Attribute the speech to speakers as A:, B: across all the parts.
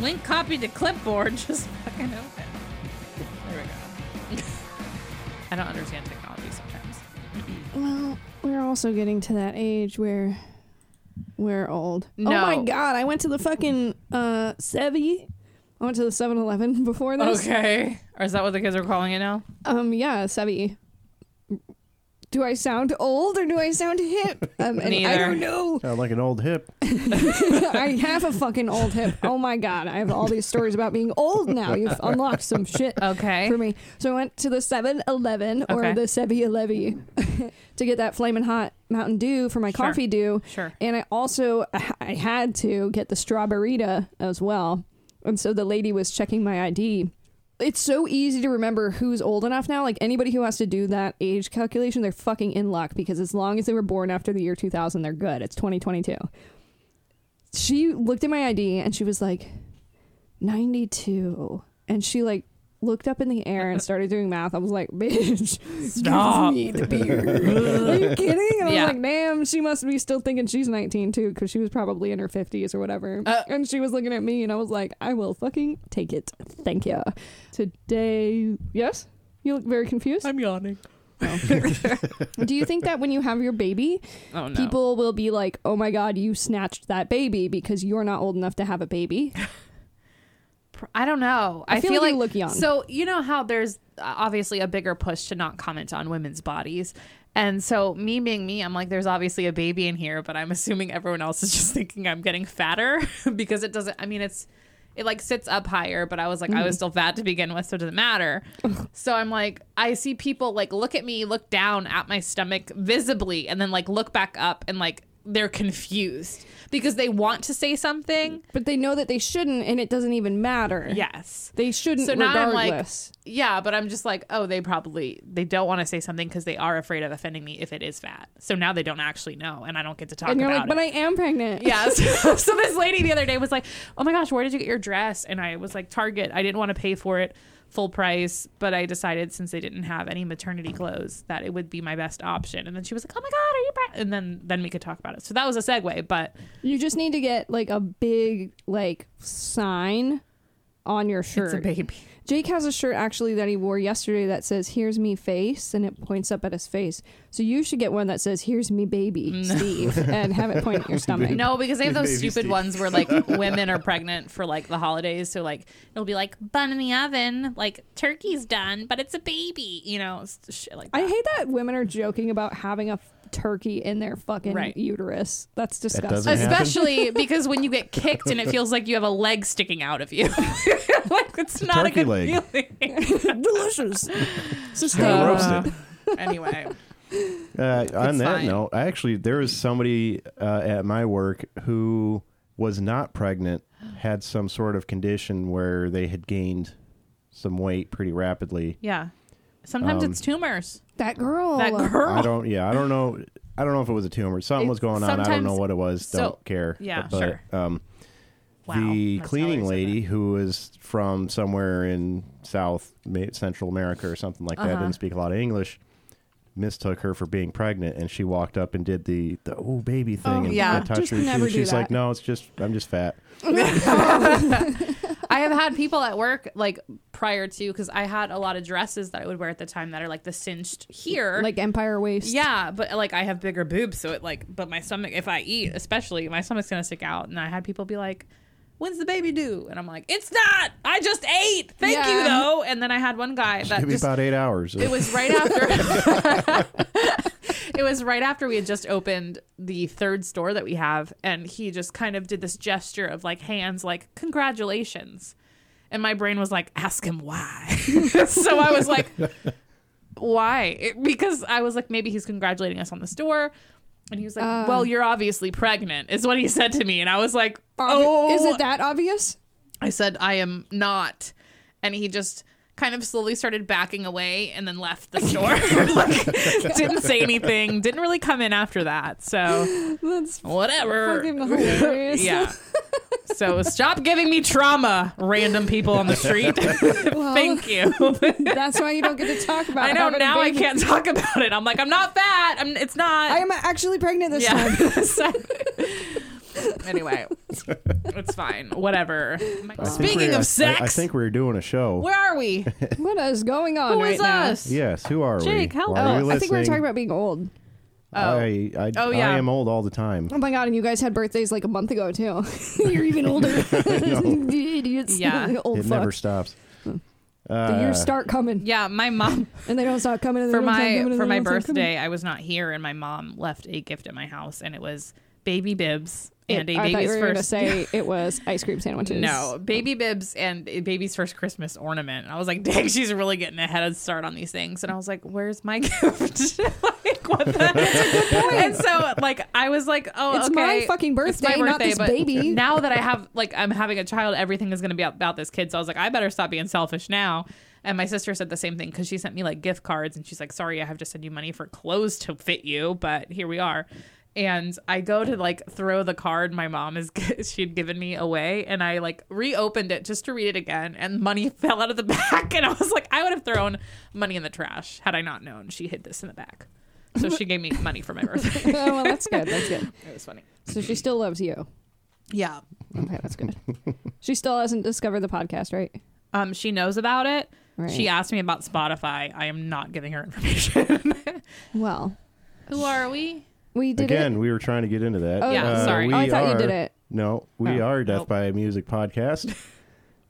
A: Link copied the clipboard. Just fucking open. There we go. I don't understand technology sometimes.
B: Well, we're also getting to that age where we're old. Oh
A: No.
B: my god, I went to the fucking uh Sevi. I went to the 7-Eleven before this.
A: Okay. Or is that what the kids are calling it now?
B: Um yeah, Sevi. Do I sound old or do I sound hip? Um, and I
A: Neither.
B: don't know.
C: Sound Uh, like an old hip.
B: I have a fucking old hip. Oh my god, I have all these stories about being old now. You've unlocked some shit
A: Okay.
B: for me. So I went to the 7-Eleven or
A: Okay.
B: the 7-Eleven to get that flaming hot Mountain Dew for my
A: Sure.
B: coffee dew.
A: Sure.
B: And I also I had to get the strawberryta as well. And so the lady was checking my ID. It's so easy to remember who's old enough now. Like anybody who has to do that age calculation, they're fucking in luck because as long as they were born after the year 2000, they're good. It's 2022. She looked at my ID and she was like 92. And she like looked up in the air and started doing math. I was like, bitch,
A: Stop.
B: give me the beer. Are you kidding? And I
A: Yeah.
B: was like, damn, she must be still thinking she's 19 too, because she was probably in her 50s or whatever.
A: Uh.
B: and she was looking at me, and I was like, I will fucking take it. Thank you. Today, yes? You look very confused. Oh.
A: I'm yawning.
B: Do you think that when you have your baby,
A: Oh no.
B: people will be like, oh my God, you snatched that baby because you're not old enough to have a baby?
A: pr- I don't know.
B: I
A: I,
B: feel
A: feel,
B: like
A: like
B: you look young.
A: So you know how there's uh, obviously a bigger push to not comment on women's bodies, and so me being me, I'm like, there's obviously a baby in here, but I'm assuming everyone else is just thinking I'm getting fatter because it doesn't. I mean, it's it like sits up higher, but I was like, I was still fat to begin with, so it doesn't matter. so I'm like, I see people like look at me, look down at my stomach visibly, and then like look back up and like they're confused because they want to say something.
B: But they know that they shouldn't, and it doesn't even matter.
A: Yes.
B: They shouldn't,
A: So now I'm like-
B: regardless.
A: Yeah, but I'm just like, oh, they probably they don't want to say something because they are afraid of offending me if it is fat. So now they don't actually know, and I don't get to talk
B: and you're like,
A: about
B: but
A: it.
B: I am pregnant.
A: yeah. So, so this lady the other day was like, oh my gosh, where did you get your dress? And I was like, Target. I didn't want to pay for it full price, but I decided since they didn't have any maternity clothes that it would be my best option. And then she was like, oh my god, are you pregnant? And then then we could talk about it. So that was a segue, but
B: You just need to get like a big like sign on your
A: it's
B: shirt.
A: a baby.
B: Jake has a shirt actually that he wore yesterday that says "Here's me face" and it points up at his face. So you should get one that says "Here's me baby Steve" and have it point at your stomach.
A: No, because they have those
C: Baby
A: stupid
C: Steve.
A: ones where like women are pregnant for like the holidays. So like it'll be like bun in the oven, like turkey's done, but it's a baby. You know, it's shit like that.
B: I hate that women are joking about having a f- turkey in their fucking
A: Right.
B: uterus. That's disgusting.
C: doesn't happen.
A: Especially because when you get kicked and it feels like you have a leg sticking out of you, like it's not a
C: turkey
A: good feeling.
C: leg.
A: Uh,
B: delicious.
C: Gotta
B: Sustainable.
C: roast it.
A: anyway,
C: Uh, on that
A: fine.
C: note, I actually there was somebody uh, at my work who was not pregnant, had some sort of condition where they had gained some weight pretty rapidly.
A: yeah. Sometimes it's tumors.
B: That girl.
A: That girl.
C: Um, I don't. Yeah, I don't know. I don't know if it was a tumor. Something
A: It-
C: was going on. I don't know
A: sometimes-
C: what it was.
A: so-
C: don't care.
A: yeah,
C: but,
A: sure.
C: Um,
A: Wow,
C: the
A: that's how I
C: cleaning
A: said
C: lady who is from somewhere in South Ma- Central America or something like
B: Uh-huh.
C: that didn't speak a lot of English. Mistook her for being pregnant, and she walked up and did the the oh baby thing and,
A: yeah.
C: and touched
B: Just
C: her. She-
B: never do
C: she's like,
B: that.
C: no, it's just I'm just fat.
A: I have had people at work like prior to because I had a lot of dresses that I would wear at the time that are like the cinched here,
B: Like Empire Waist.
A: Yeah, but like I have bigger boobs, so it like, but my stomach, if I eat, especially, my stomach's gonna stick out. And I had people be like, "When's the baby due?" And I'm like, "It's not. I just ate. Thank you
B: Yeah.
A: though." And then I had one guy that
C: Give me
A: just
C: about eight hours.
A: it was right after. it was right after we had just opened the third store that we have, and he just kind of did this gesture of like hands, like congratulations, and my brain was like, ask him why. so I was like, why? It- because I was like, maybe he's congratulating us on the store. And he was like,
B: Ah.
A: "Well, you're obviously pregnant," is what he said to me, and I was like,
B: Obvi-
A: "Oh,
B: Is it that obvious?
A: I said, I am not. And he just kind of slowly started backing away and then left the store. like, didn't say anything, didn't really come in after that. So,
B: That's fucking
A: whatever.
B: hilarious.
A: Yeah. So, stop giving me trauma, random people on the street. Thank you.
B: That's why you don't get to talk about.
A: I know
B: having
A: now I
B: babies.
A: can't talk about it. I'm like, I'm not fat. I'm, it's not.
B: I am actually pregnant this time.
A: yeah. So- anyway, It's fine. Whatever.
C: I think
A: Speaking
C: we're-
A: of
C: I-
A: sex,
C: I, think we're doing a show.
A: where are we?
B: What is going on
A: Who
B: right
A: is
B: now?
A: us?
C: yes, who are
A: Jake,
C: we?
A: help
C: Why are you
B: Oh, I
C: listening?
B: think we were talking about being old.
A: Oh.
C: I, I,
A: Oh, yeah.
C: I am old all the time.
B: Oh my god! And you guys had birthdays like a month ago too. You're even older. the idiots.
A: Yeah.
B: old
C: it
B: fuck.
C: never stops.
B: the
C: Uh,
B: years start coming,
A: Yeah, my mom
B: and they don't stop coming. And they
A: for
B: don't stop
A: my
B: coming, and
A: for
B: they
A: my
B: don't stop coming.
A: birthday, I was not here, and my mom left a gift at my house, and it was baby bibs and
B: It-
A: a
B: I thought you
A: baby's
B: were gonna
A: first.
B: say it was ice cream sandwiches.
A: No, baby bibs and a baby's first Christmas ornament. And I was like, dang, she's really getting a head start on these things. And I was like, where's my gift? like, what the? And so, like, I was like, oh,
B: It's
A: okay,
B: my fucking
A: it's my
B: birthday, not this
A: but
B: baby.
A: Now that I have, like, I'm having a child, everything is going to be about this kid. So I was like, I better stop being selfish now. And my sister said the same thing because she sent me like gift cards and she's like, sorry, I have to send you money for clothes to fit you, but here we are. And I go to like throw the card my mom is she'd given me away, and I like reopened it just to read it again, and money fell out of the back, and I was like, I would have thrown money in the trash had I not known she hid this in the back. So she gave me money for my birthday.
B: oh, well, that's good. That's good.
A: it was funny.
B: So she still loves you.
A: Yeah.
B: Okay, that's good. she still hasn't discovered the podcast, right?
A: Um, she knows about it.
B: Right.
A: She uh, asked me about Spotify. I am not giving her information.
B: Well,
A: Who are we?
B: we did
C: Again,
B: it.
C: we were trying to get into that.
B: Oh,
A: Yeah, sorry.
C: Uh, we
B: Oh, I thought you
C: are-
B: did it.
C: No, we
B: Oh,
C: are Death
A: nope.
C: by Music podcast.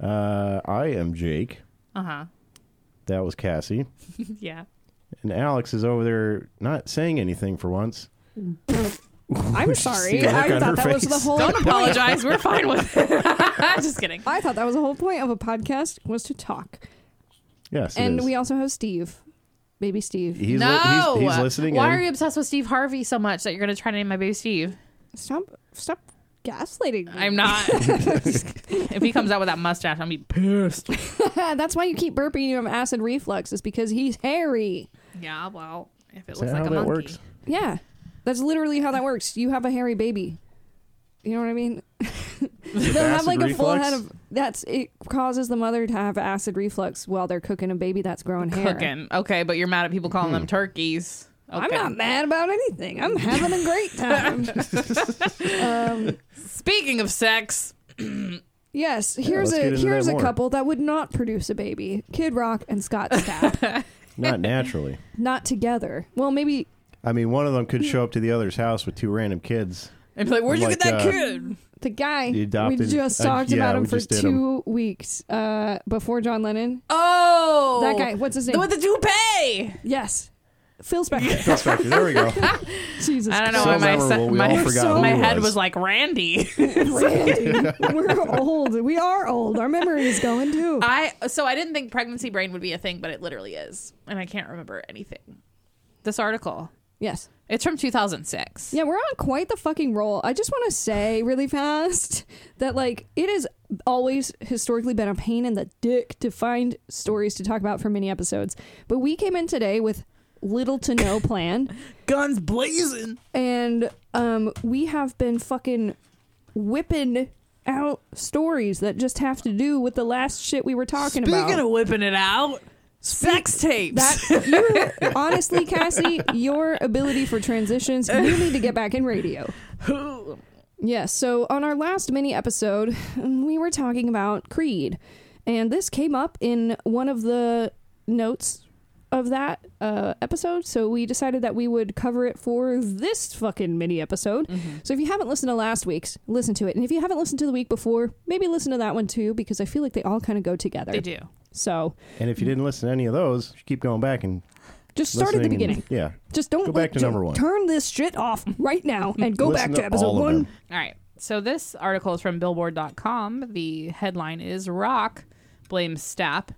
C: uh, I am Jake.
A: Uh huh.
C: That was Cassie.
A: Yeah.
C: And Alex is over there not saying anything for once.
B: I'm
C: see
B: sorry.
C: the look
B: I
C: on her
B: thought that was the
C: face.
B: whole.
A: Don't apologize. We're fine with it. Just kidding.
B: I thought that was the whole point of a podcast was to talk.
C: Yes. it
B: and
C: is.
B: we also have Steve, baby Steve.
C: He's, li-
A: no.
C: he's, he's listening.
A: Why
C: in.
A: are you obsessed with Steve Harvey so much that you're going to try to name my baby Steve?
B: Stop! Stop gaslighting me.
A: I'm not. if he comes out with that mustache, I'm going to be pissed.
B: That's why you keep burping. You have acid reflux. Is because he's hairy.
A: Yeah, well, if it
C: Is
A: looks
C: that
A: like
C: how
A: a
C: that
A: monkey.
C: works?
B: Yeah, that's literally how that works. You have a hairy baby. You know what I mean? They'll have
C: acid
B: like a full
C: reflux?
B: head of. That's it causes the mother to have acid reflux while they're cooking a baby that's growing hair.
A: Cooking. Okay, but you're mad at people calling
C: Hmm.
A: them turkeys. Okay.
B: I'm not mad about anything. I'm having a great time. um,
A: Speaking of sex,
B: yes, here's
C: let's get
B: a
C: into
B: here's
C: that
B: a
C: more.
B: couple that would not produce a baby: Kid Rock and Scott Stapp.
C: Not naturally.
B: not together. Well, maybe
C: I mean, one of them could show up to the other's house with two random kids.
A: I'd be like, where'd you
C: Like,
A: get that
C: uh,
A: kid?
B: the guy
C: He adopted-
B: we just
C: uh,
B: talked
C: yeah,
B: about him
C: we
B: for
C: just did
B: two weeks uh, before John Lennon.
A: Oh,
B: That guy, what's his
A: The-
B: name?
A: with the toupee.
B: yes, Phil Spector.
C: Phil Spector. There we go.
B: Jesus,
A: I don't know
C: So
A: why my,
C: memorable,
A: se-
C: we
A: my,
C: all forgot who
A: my
C: he
A: head
C: was.
A: was like Randy.
B: Christ, Randy. we're old. We are old. Our memory is going too.
A: I so I didn't think pregnancy brain would be a thing, but it literally is, and I can't remember anything. This article,
B: Yes.
A: it's from 2006.
B: Yeah, we're on quite the fucking roll. I just want to say really fast that like it has always historically been a pain in the dick to find stories to talk about for mini episodes, but we came in today with little to no plan.
A: Guns blazing.
B: and um, we have been fucking whipping out stories that just have to do with the last shit we were talking about.
A: Speaking of whipping it out, sex tapes.
B: that you honestly, Cassie, your ability for transitions, you need to get back in radio.
A: Ooh.
B: Yes. So on our last mini episode, we were talking about Creed, and this came up in one of the notes of that uh, episode. So we decided that we would cover it for this fucking mini episode.
A: Mm-hmm.
B: So if you haven't listened to last week's, listen to it, and if you haven't listened to the week before, maybe listen to that one too, because I feel like they all kind of go together.
A: they do.
B: So
C: And if you didn't listen to any of those, you keep going back and
B: just start at the
C: listening
B: beginning.
C: and- yeah.
B: just don't
C: go back to
B: ju-
C: number one.
B: Turn this shit off right now and go
C: Listen
B: back to, episode
C: all of
B: one.
C: them.
A: All right. So this article is from Billboard.com. The headline is "Rock blames Stapp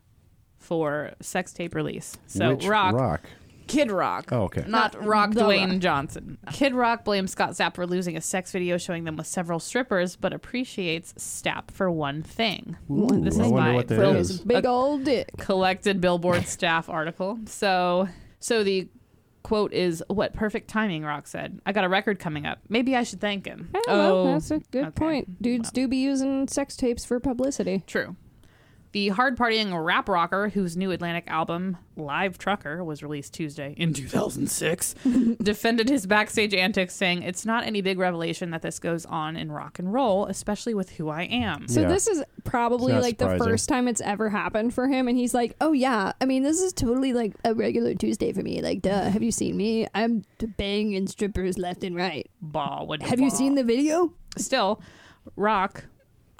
A: for sex tape release." So
C: Which
A: Rock, Kid Rock.
C: Oh, okay.
A: Not, Rock
B: The
A: Dwayne Johnson. Kid Rock blames Scott Stapp for losing a sex video showing them with several strippers, but appreciates Stapp for one thing.
C: Ooh,
A: this
C: I
A: is
C: wonder
A: by
C: what that
A: Phil-
C: is.
B: Big old dick.
A: collected Billboard staff article. So, so the quote is, "What perfect timing," Rock said. "I got a record coming up. Maybe I should thank him."
B: Oh,
A: oh,
B: that's a good
A: okay.
B: point. Dudes do be using sex tapes for publicity.
A: True. The hard partying rap rocker, whose new Atlantic album, Live Trucker, was released Tuesday in 2006, defended his backstage antics, saying, It's not any big revelation that this goes on in rock and roll, especially with who I am.
B: So
C: Yeah.
B: this is probably
C: It's not
B: like the
C: surprising.
B: first time it's ever happened for him, and he's like, "Oh yeah, I mean, this is totally like a regular Tuesday for me. Like, duh, have you seen me? I'm banging strippers left and right.
A: Bah, what
B: Have you
A: bah.
B: seen the video?
A: Still, Rock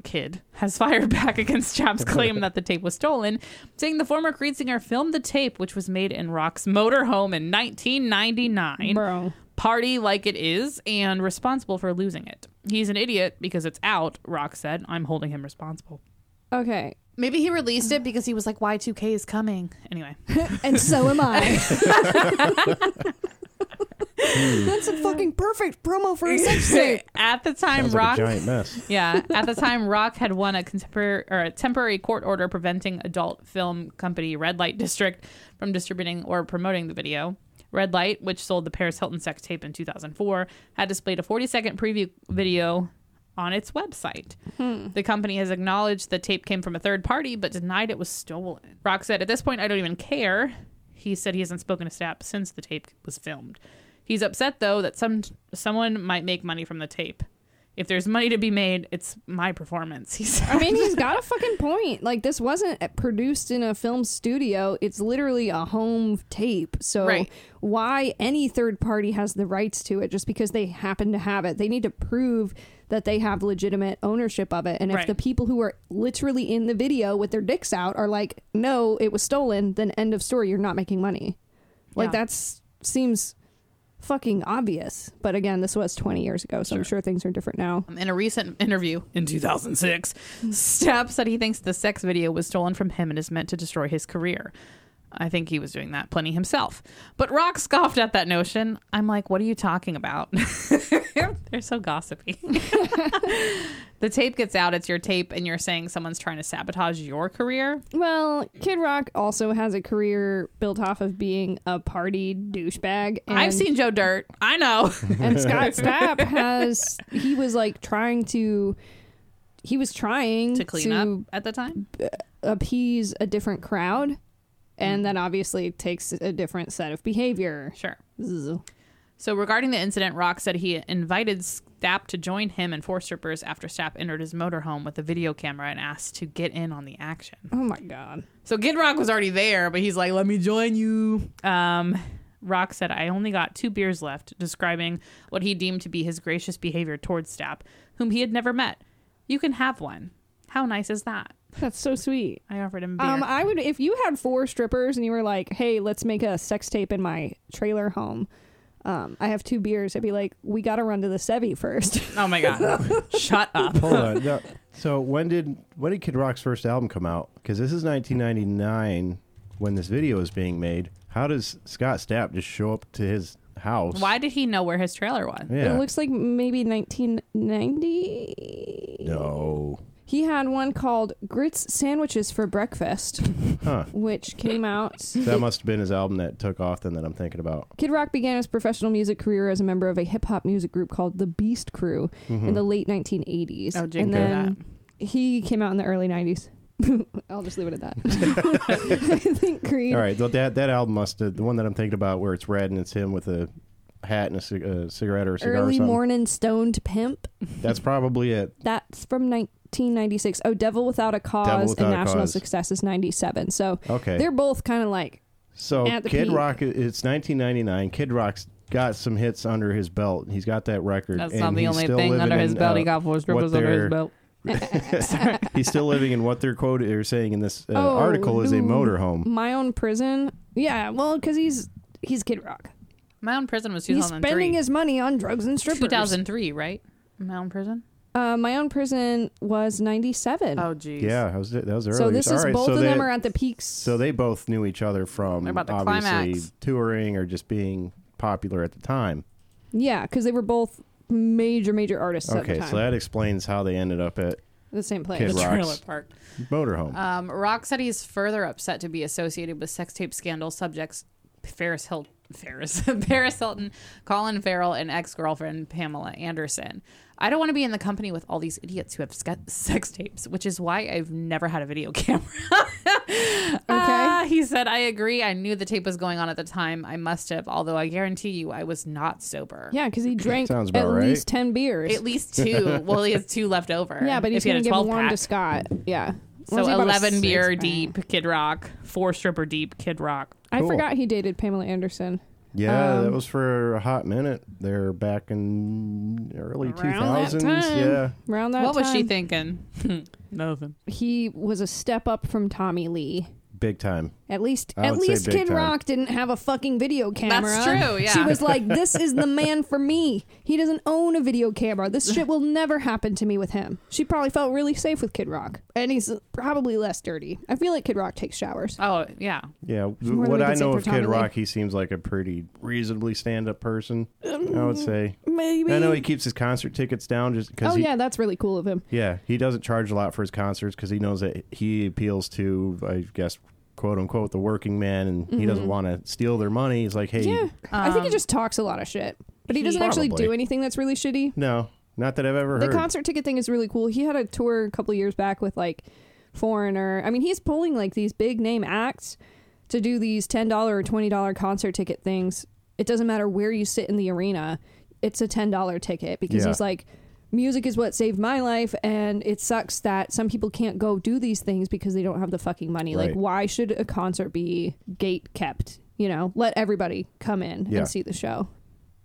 A: Kid has fired back against Chap's claim that the tape was stolen, saying the former Creed singer filmed the tape, which was made in Rock's motorhome in 1999.
B: Bro.
A: Party like it is, and responsible for losing it. He's an idiot because it's out, Rock said. I'm holding him responsible.
B: Okay,
A: Maybe he released it because he was like, Y2K is coming. Anyway.
B: and so am I. That's a fucking perfect promo for a sex tape.
A: At the time,
C: Sounds
A: Rock.
C: like a giant mess.
A: yeah. At the time, Rock had won a contemporary or a temporary court order preventing adult film company Red Light District from distributing or promoting the video. Red Light, which sold the Paris Hilton sex tape in 2004, had displayed a 40-second preview video on its website. The company has acknowledged the tape came from a third party but denied it was stolen. Rock said, "At this point, I don't even care." He said he hasn't spoken to Stapp since the tape was filmed. He's upset though that some someone might make money from the tape. If there's money to be made, it's my performance. He said.
B: I mean, he's got a fucking point. Like, this wasn't produced in a film studio. It's literally a home tape. So,
A: Right.
B: why any third party has the rights to it just because they happen to have it? They need to prove that they have legitimate ownership of it. And if
A: Right.
B: the people who are literally in the video with their dicks out are like, no, it was stolen, then end of story. You're not making money. Like,
A: Yeah.
B: that's seems fucking obvious. But again, this was 20 years ago. So, I'm sure things are different now.
A: um, In a recent interview in 2006, Stapp said he thinks the sex video was stolen from him and is meant to destroy his career. I think he was doing that plenty himself. But Rock scoffed at that notion. I'm like, what are you talking about? They're so gossipy. the tape gets out, it's your tape, and you're saying someone's trying to sabotage your career?
B: Well, Kid Rock also has a career built off of being a party douchebag. And,
A: I've seen Joe Dirt. I know.
B: and Scott Stapp has he was like trying to he was trying
A: to clean up at the time.
B: appease a different crowd,
A: Mm.
B: and that obviously takes a different set of behavior.
A: Sure.
B: Zzz. Oh
A: So regarding the incident, Rock said he invited Stapp to join him and four strippers after Stapp entered his motorhome with a video camera and asked to get in on the action.
B: Oh my god!
A: So Kid Rock was already there, but he's like, "Let me join you." Um, Rock said, "I only got two beers left," describing what he deemed to be his gracious behavior towards Stapp, whom he had never met. You can have one. How nice is that?
B: That's so sweet.
A: I offered him beer.
B: Um, I would if you had four strippers and you were like, "Hey, let's make a sex tape in my trailer home." Um, I have two beers. I'd be like, "We got to run to the Sevi first.
A: oh my god! Shut up.
C: Hold on. No. So when did when did Kid Rock's first album come out? Because this is 1999 when this video is being made. How does Scott Stapp just show up to his house?
A: Why did he know where his trailer was?
C: Yeah.
B: It looks like maybe 1990.
C: no.
B: He had one called Grits Sandwiches for Breakfast,
C: Huh.
B: which came out.
C: That must have been his album that took off then that I'm thinking about.
B: Kid Rock began his professional music career as a member of a hip hop music group called The Beast Crew in
C: Hmm.
B: the late 1980s.
A: Oh, jinx
B: and
A: that.
B: then he came out in the early 90s. I'll just leave it at that. I think Creed.
C: All right, well, that that album must have, the one that I'm thinking about where it's red and it's him with a hat and a cig- a cigarette or a cigar or
B: Early
C: something.
B: morning stoned pimp.
C: That's probably it.
B: That's from 1996. Oh, Devil Without a Cause
C: Without a
B: and National
C: Cause.
B: Success is 97. So
C: Okay.
B: they're both kind of like
C: so
B: at the
C: Kid
B: peak.
C: Rock, it's 1999. Kid Rock's got some hits under his belt. He's got that record.
A: That's
C: and
A: not the
C: he's
A: only
C: still
A: thing
C: living
A: under his
C: in,
A: belt.
C: uh,
A: he got four strippers
C: what
A: under
C: they're-
A: his belt.
C: He's still living in what they're quoted or saying in this uh,
B: Oh,
C: article is a
B: dude.
C: motorhome.
B: my own prison. Yeah, well, because he's he's Kid Rock.
A: My own prison was
B: He's
A: 2003.
B: spending his money on drugs and strippers.
A: 2003, right? Mountain Prison.
B: Uh, my own prison was ninety seven.
A: Oh, geez.
C: Yeah, that was, that was early.
B: so this
C: All
B: is
C: right,
B: both
C: so
B: of
C: they,
B: them are at the peaks.
C: So they both knew each other from
A: They're about to
C: obviously
A: climax.
C: touring or just being popular at the time.
B: yeah, because they were both major major artists at the
C: Okay,
B: time.
C: so that explains how they ended up at
B: the same place.
C: Kid
A: The
C: Rocks.
A: trailer park.
C: Motorhome.
A: Uh, Um, Rock said he's further upset to be associated with sex tape scandal subjects Ferris Hilt, Ferris, Paris Hilton, Colin Farrell, and ex girlfriend Pamela Anderson. I don't want to be in the company with all these idiots who have sca- sex tapes, which is why I've never had a video camera. Ah, he said, I agree. I knew the tape was going on at the time. I must have, although I guarantee you I was not sober.
B: Yeah, because he drank
C: Sounds
B: at
C: about right.
B: least ten beers.
A: At least two. well, he has two left over.
B: yeah, but
A: If
B: he's
A: he had
B: gonna
A: a
B: give
A: 12
B: one
A: pack.
B: to Scott.
C: Mm.
B: Yeah.
A: So
B: Once he bought a
A: 11 beer
B: six-pack.
A: deep, Kid Rock. Four stripper deep, Kid Rock.
B: I
C: Cool.
B: forgot he dated Pamela Anderson.
C: Yeah, that
B: Um,
C: was for a hot minute there back in early two
A: Around that
C: thousands.
A: time.
C: Yeah.
B: Around that
A: what was she
B: time,
A: thinking? Nothing.
B: He was a step up from Tommy Lee.
C: Big time.
B: At least,
C: I
B: at
C: would say
B: least
C: big
B: Kid
C: time.
B: Rock didn't have a fucking video camera.
A: true, yeah.
B: she was like, "This is the man for me. He doesn't own a video camera. This shit will never happen to me with him." She probably felt really safe with Kid Rock, and he's probably less dirty. I feel like Kid Rock takes showers.
A: Oh, yeah.
C: Yeah.
B: more than
C: what
B: we
C: I
B: could say
C: know
B: for
C: of
B: Tommy
C: Kid
B: Lee.
C: Rock, he seems like a pretty reasonably stand up person. I would say.
B: Um, Maybe.
C: I know he keeps his concert tickets down just because
B: Mm-hmm. oh
C: he,
B: yeah, that's really cool of him.
C: Yeah, he doesn't charge a lot for his concerts because he knows that he appeals to, I guess, quote unquote, the working man, and he doesn't want to steal their money. He's like, hey,
B: Mm-hmm. Yeah, I think he just talks a lot of shit, but he,
A: Um, he-
B: doesn't actually do
C: Probably.
B: anything that's really shitty.
C: no, not that I've ever
B: The
C: heard.
B: concert ticket thing is really cool. He had a tour a couple years back with like Foreigner. I mean, he's pulling like these big name acts to do these ten dollar or twenty dollar concert ticket things. It doesn't matter where you sit in the arena; it's a ten dollar ticket because
C: Yeah.
B: he's like, music is what saved my life, and it sucks that some people can't go do these things because they don't have the fucking money. Like,
C: Right.
B: why should a concert be gate kept? You know, let everybody come in
C: Yeah.
B: and see the show.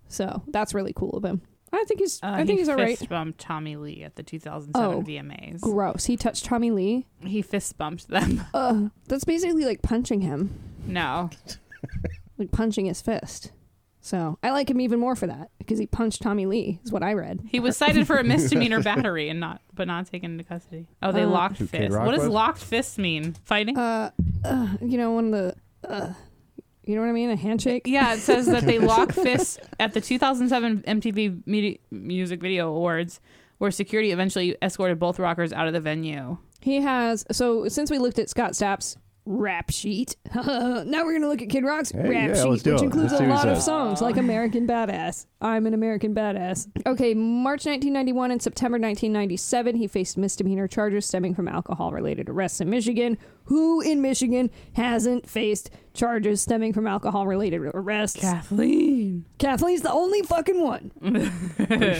B: So that's really cool of him. I think he's.
A: Uh,
B: I think
A: he
B: he's all right.
A: fist bumped Tommy Lee at the 2007
B: Oh.
A: VMAs.
B: Gross. He touched Tommy Lee.
A: He fist bumped them.
B: Ugh. That's basically like punching him,
A: no.
B: like punching his fist. So I like him even more for that because he punched Tommy Lee, is what I read.
A: He was cited for a misdemeanor battery and not, but not taken into custody. Oh, they
B: Uh,
A: locked
C: Who, Kid
A: fists.
C: Rock
A: What does
C: was?
A: locked fists mean? Fighting?
B: Uh, uh you know, one of the, uh, you know what I mean? A handshake.
A: yeah, it says that they lock fists at the 2007 MTV Medi- Music Video Awards, where security eventually escorted both rockers out of the venue.
B: He has. So since we looked at Scott Stapp's rap sheet, now we're gonna look at Kid Rock's
C: Hey,
B: rap
C: yeah,
B: sheet,
C: let's
B: which
C: do it.
B: includes
C: Let's
B: a
C: see what he
B: lot of
C: says.
B: songs like "American Badass," "I'm an American Badass." Okay, March 1991 and September 1997, he faced misdemeanor charges stemming from alcohol-related arrests in Michigan. Who in Michigan hasn't faced charges stemming from alcohol-related arrests?
A: Kathleen.
B: Kathleen's the only fucking one.
C: Pretty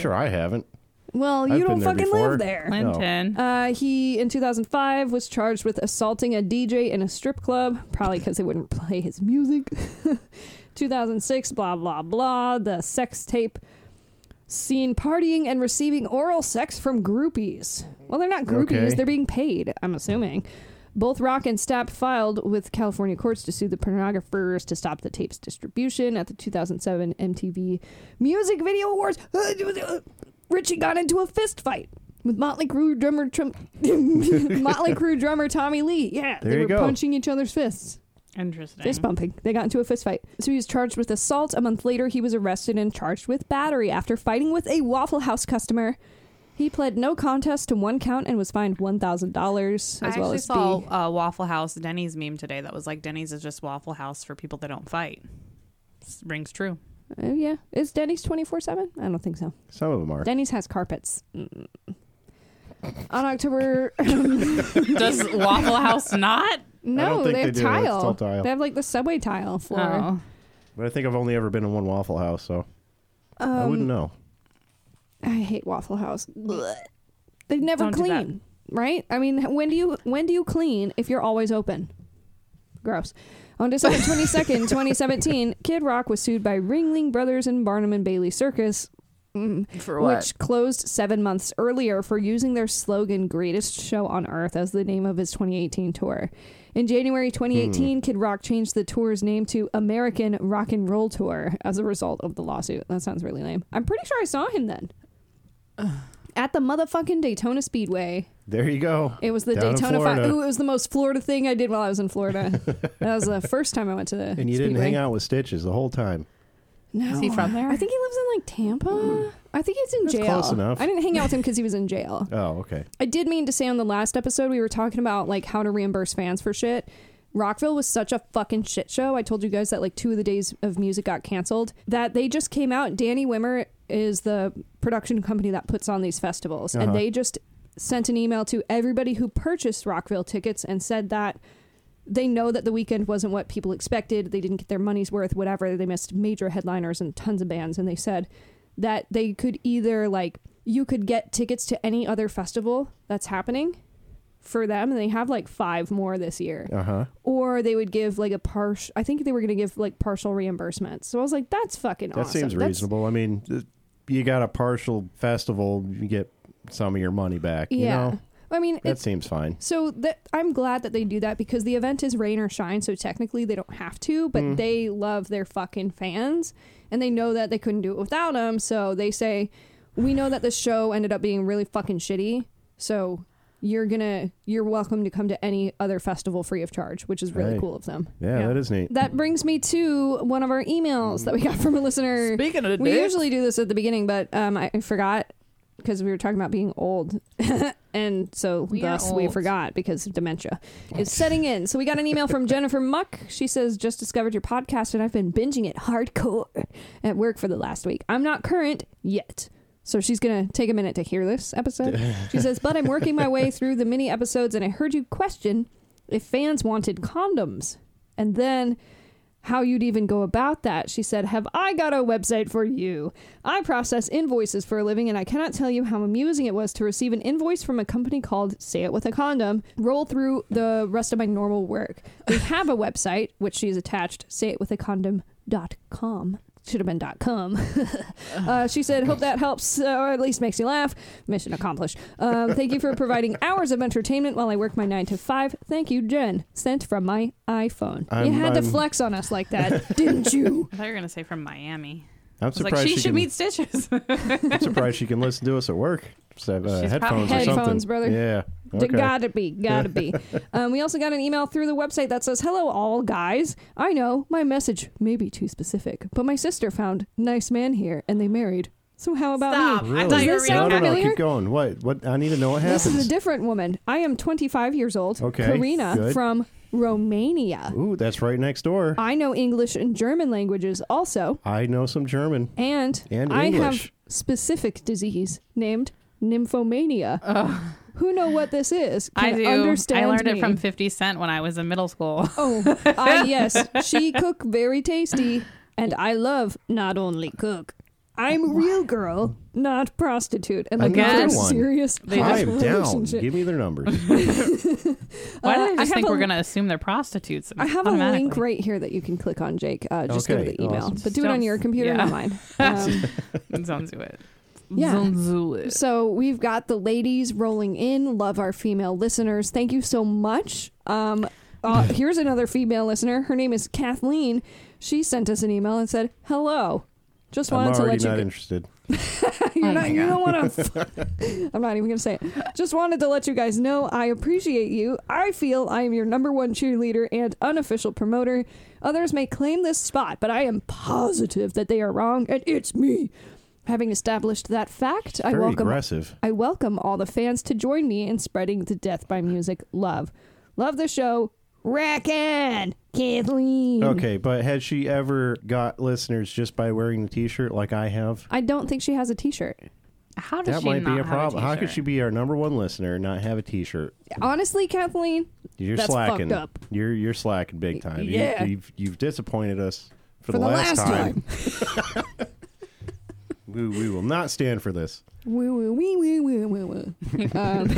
C: sure I haven't.
B: Well,
C: I've
B: you don't
C: been there
B: fucking
C: before.
B: live there.
A: Clinton.
B: Uh, he in 2005 was charged with assaulting a DJ in a strip club, probably because they wouldn't play his music. 2006, blah blah blah, the sex tape, seen partying and receiving oral sex from groupies. Well, they're not groupies;
C: Okay.
B: they're being paid. I'm assuming. Both Rock and Stapp filed with California courts to sue the pornographers to stop the tape's distribution at the 2007 MTV Music Video Awards. uh, Richie got into a fist fight with Motley Crue drummer Trump, Motley Crue drummer Tommy Lee. Yeah,
C: There
B: they
C: you
B: were
C: go.
B: punching each other's fists,
A: Interesting.
B: fist bumping. They got into a fist fight. So he was charged with assault. A month later, he was arrested and charged with battery after fighting with a Waffle House customer. He pled no contest to one count and was fined one thousand dollars,
A: I
B: as well
A: actually
B: as
A: saw
B: B.
D: uh,
A: a Waffle House Denny's meme today that was like Denny's is just Waffle House for people that don't fight. S- Rings true.
B: Oh, yeah, is Denny's twenty four seven? I don't think so.
C: Some of them are.
B: Denny's has carpets. Mm. On October
A: Does Waffle House not?
B: no,
C: don't think
B: they have
C: they do. It's
B: tile.
C: all tile.
B: They have like the subway tile floor.
A: Oh.
C: But I think I've only ever been in one Waffle House, so I
B: Um,
C: wouldn't know.
B: I hate Waffle House. Blech. They never
A: Don't do that.
B: clean, right? I mean, when do you when do you clean if you're always open? Gross. On December 22nd, 2017, Kid Rock was sued by Ringling Brothers and Barnum and Bailey Circus, mm,
A: For
B: which closed seven months earlier for using their slogan "Greatest Show on Earth" as the name of his 2018 tour. In January 2018,
A: Hmm.
B: Kid Rock changed the tour's name to American Rock and Roll Tour as a result of the lawsuit. That sounds really lame. I'm pretty sure I saw him then at the motherfucking Daytona Speedway.
C: There you go.
B: It was the
C: Down in
B: Daytona. Fi-
C: Florida.
B: Ooh, it was the most Florida thing I did while I was in Florida. that was the first time I went to the.
C: And you didn't hang out with Stitches the whole time.
B: No,
A: Is he from there?
B: I think he lives in like Tampa. I think he's in
C: Mm. That's
B: jail.
C: close enough.
B: I didn't hang out with him because he was in jail.
C: Oh, okay.
B: I did mean to say on the last episode we were talking about like how to reimburse fans for shit. Rockville was such a fucking shit show. I told you guys that like two of the days of music got canceled. That they just came out. Danny Wimmer is the production company that puts on these festivals, and
C: Uh-huh.
B: they just sent an email to everybody who purchased Rockville tickets and said that they know that the weekend wasn't what people expected. They didn't get their money's worth, whatever. They missed major headliners and tons of bands. And they said that they could either, like, you could get tickets to any other festival that's happening for them. And they have like five more this year.
C: Uh huh.
B: Or they would give like a partial, I think they were going to give like partial reimbursement. So I was like, that's fucking
C: That
B: awesome.
C: seems
B: That's-
C: reasonable. I mean, th- you got a partial festival, you get some of your money back. You
B: yeah.
C: know,
B: I mean,
C: that
B: it's
C: seems fine.
B: So that I'm glad that they do that because the event is rain or shine, so technically they don't have to, but they love their fucking fans and they know that they couldn't do it without them, so they say we know that this show ended up being really fucking shitty, so you're going to you're welcome to come to any other festival free of charge, which is really
C: Right.
B: cool of them.
C: Yeah,
A: Yeah.
C: that is neat.
B: That brings me to one of our emails that we got from a listener.
A: Speaking of
B: we
A: dicks.
B: usually do this at the beginning, but um, I I forgot because we were talking about being old, and so
A: We are
B: thus we
A: old.
B: forgot because dementia is setting in. So we got an email from Jennifer Muck. She says, "Just discovered your podcast, and I've been binging it hardcore at work for the last week. I'm not current yet." So she's going to take a minute to hear this episode. She says, But I'm working my way through the mini episodes, and I heard you question if fans wanted condoms and then how you'd even go about that. She said, Have I got a website for you? I process invoices for a living, and I cannot tell you how amusing it was to receive an invoice from a company called Say It With a Condom, roll through the rest of my normal work. We have a website, which she's attached, sayitwithacondom.com. Should have been dot com. uh, she said, Hope that helps, uh, or at least makes you laugh. Mission accomplished. Um, thank you for providing hours of entertainment while I work my nine to five. Thank you, Jen. Sent from my iPhone.
C: I'm-
B: you had to
C: I'm-
B: flex on us like that, didn't you?
D: I thought you were gonna say from Miami.
C: I'm
D: I was
C: surprised
D: like, she, should
C: can,
D: meet Stitches.
C: I'm surprised she can listen to us at work. Just have, uh,
D: She's
C: headphones
D: probably-
C: or something.
B: Headphones, brother.
C: Yeah.
B: D-
C: Okay.
B: Gotta be, gotta be. um, we also got an email through the website that says, "Hello, all guys. I know my message may be too specific, but my sister found nice man here, and they married. So how about
D: Stop.
B: me?
D: I thought
C: Really?
D: you were
B: Does this sound
C: no,
D: reading
C: no,
D: that.
C: no.
B: familiar?
C: Keep going. What? What? I need to know what happens.
B: This is a different woman. I am 25 years old.
C: Okay,
B: Karina
C: good.
B: from Romania.
C: Ooh, that's right next door.
B: I know English and German languages also,
C: I know some German.
B: and,
C: And
B: I have
C: English.
B: specific disease named nymphomania. Who know what this is?
D: I
B: Can
D: do.
B: Understand
D: I learned
B: me.
D: it from 50 Cent when I was in middle school.
B: Oh, I, yes. She cook very tasty, and I love not only cook. I'm real girl, not prostitute, and like
D: Again?
B: a
C: Another one.
B: serious
C: I'm down.
B: relationship.
C: Give me their numbers.
D: Why
B: Uh,
D: do
B: I
D: they just
B: have
D: think
B: a-
D: we're gonna assume they're prostitutes?
B: I have a
D: automatically?
B: link right here that you can click on, Jake. Uh, just go to
C: Okay,
B: the email,
C: awesome.
B: but do it on your computer,
D: Yeah.
B: not mine. Um,
D: Don't do it.
B: Yeah.
D: Don't do it.
B: so we've got the ladies rolling in. Love our female listeners. Thank you so much. Um, uh, here's another female listener. Her name is Kathleen. She sent us an email and said, "Hello." Just
C: I'm
B: wanted to let
C: already
B: you
C: not
B: g-
C: interested.
B: You're
D: Oh
B: not,
D: my
B: you don't want to. I'm not even going to say it. Just wanted to let you guys know I appreciate you. I feel I am your number one cheerleader and unofficial promoter. Others may claim this spot, but I am positive that they are wrong, and it's me. Having established that fact, I
C: Very
B: welcome
C: aggressive.
B: I welcome all the fans to join me in spreading the death by music love. Love the show. Reckon Kathleen.
C: Okay, but had she ever got listeners just by wearing the T-shirt like I have?
B: I don't think she has a T-shirt.
D: How does
C: That
D: she
C: might
D: not
C: be a
D: have
C: problem. How could
D: t-shirt?
C: she be our number one listener and not have a T-shirt?
B: Honestly, Kathleen,
C: You're
B: That's fucked
C: slacking.
B: up.
C: You're you're slacking big time.
B: Yeah.
C: You, you've you've disappointed us for,
B: for the last, time.
C: We, we will not stand for this.
B: Woo, woo, wee, wee, woo, woo, woo. Um,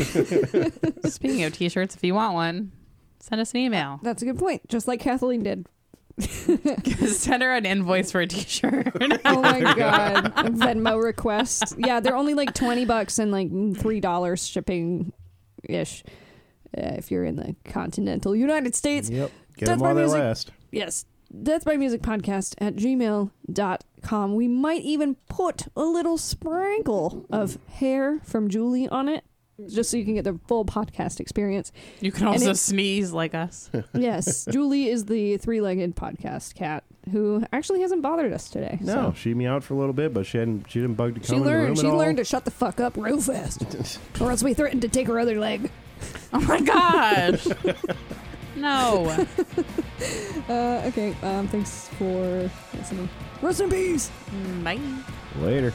D: Speaking of t-shirts, if you want one, send us an email.
B: that's a good point. Just like Kathleen did.
D: send her an invoice for a t-shirt.
B: Oh my god, A Venmo request. Yeah, they're only like twenty bucks and like mm, three dollars shipping, ish. Uh, if you're in the continental United States,
C: Yep. Get
B: That's
C: them
B: my
C: while they
B: music.
C: last.
B: yes, that's by music podcast at gmail.com. We might even put a little sprinkle of hair from Julie on it, just so you can get the full podcast experience.
D: you can
B: And
D: also
B: it-
D: sneeze like us.
B: Yes, Julie is the three-legged podcast cat who actually hasn't bothered us today.
C: No, she meowed for a little bit, but she hadn't. She didn't bug to
B: so. she
C: come in the room
B: learned.
C: at
B: She
C: all.
B: learned to shut the fuck up real fast, or else we threatened to take her other leg.
D: Oh my gosh. No.
B: Uh, okay, um, thanks for listening. Rest in peace!
A: Bye.
C: Later.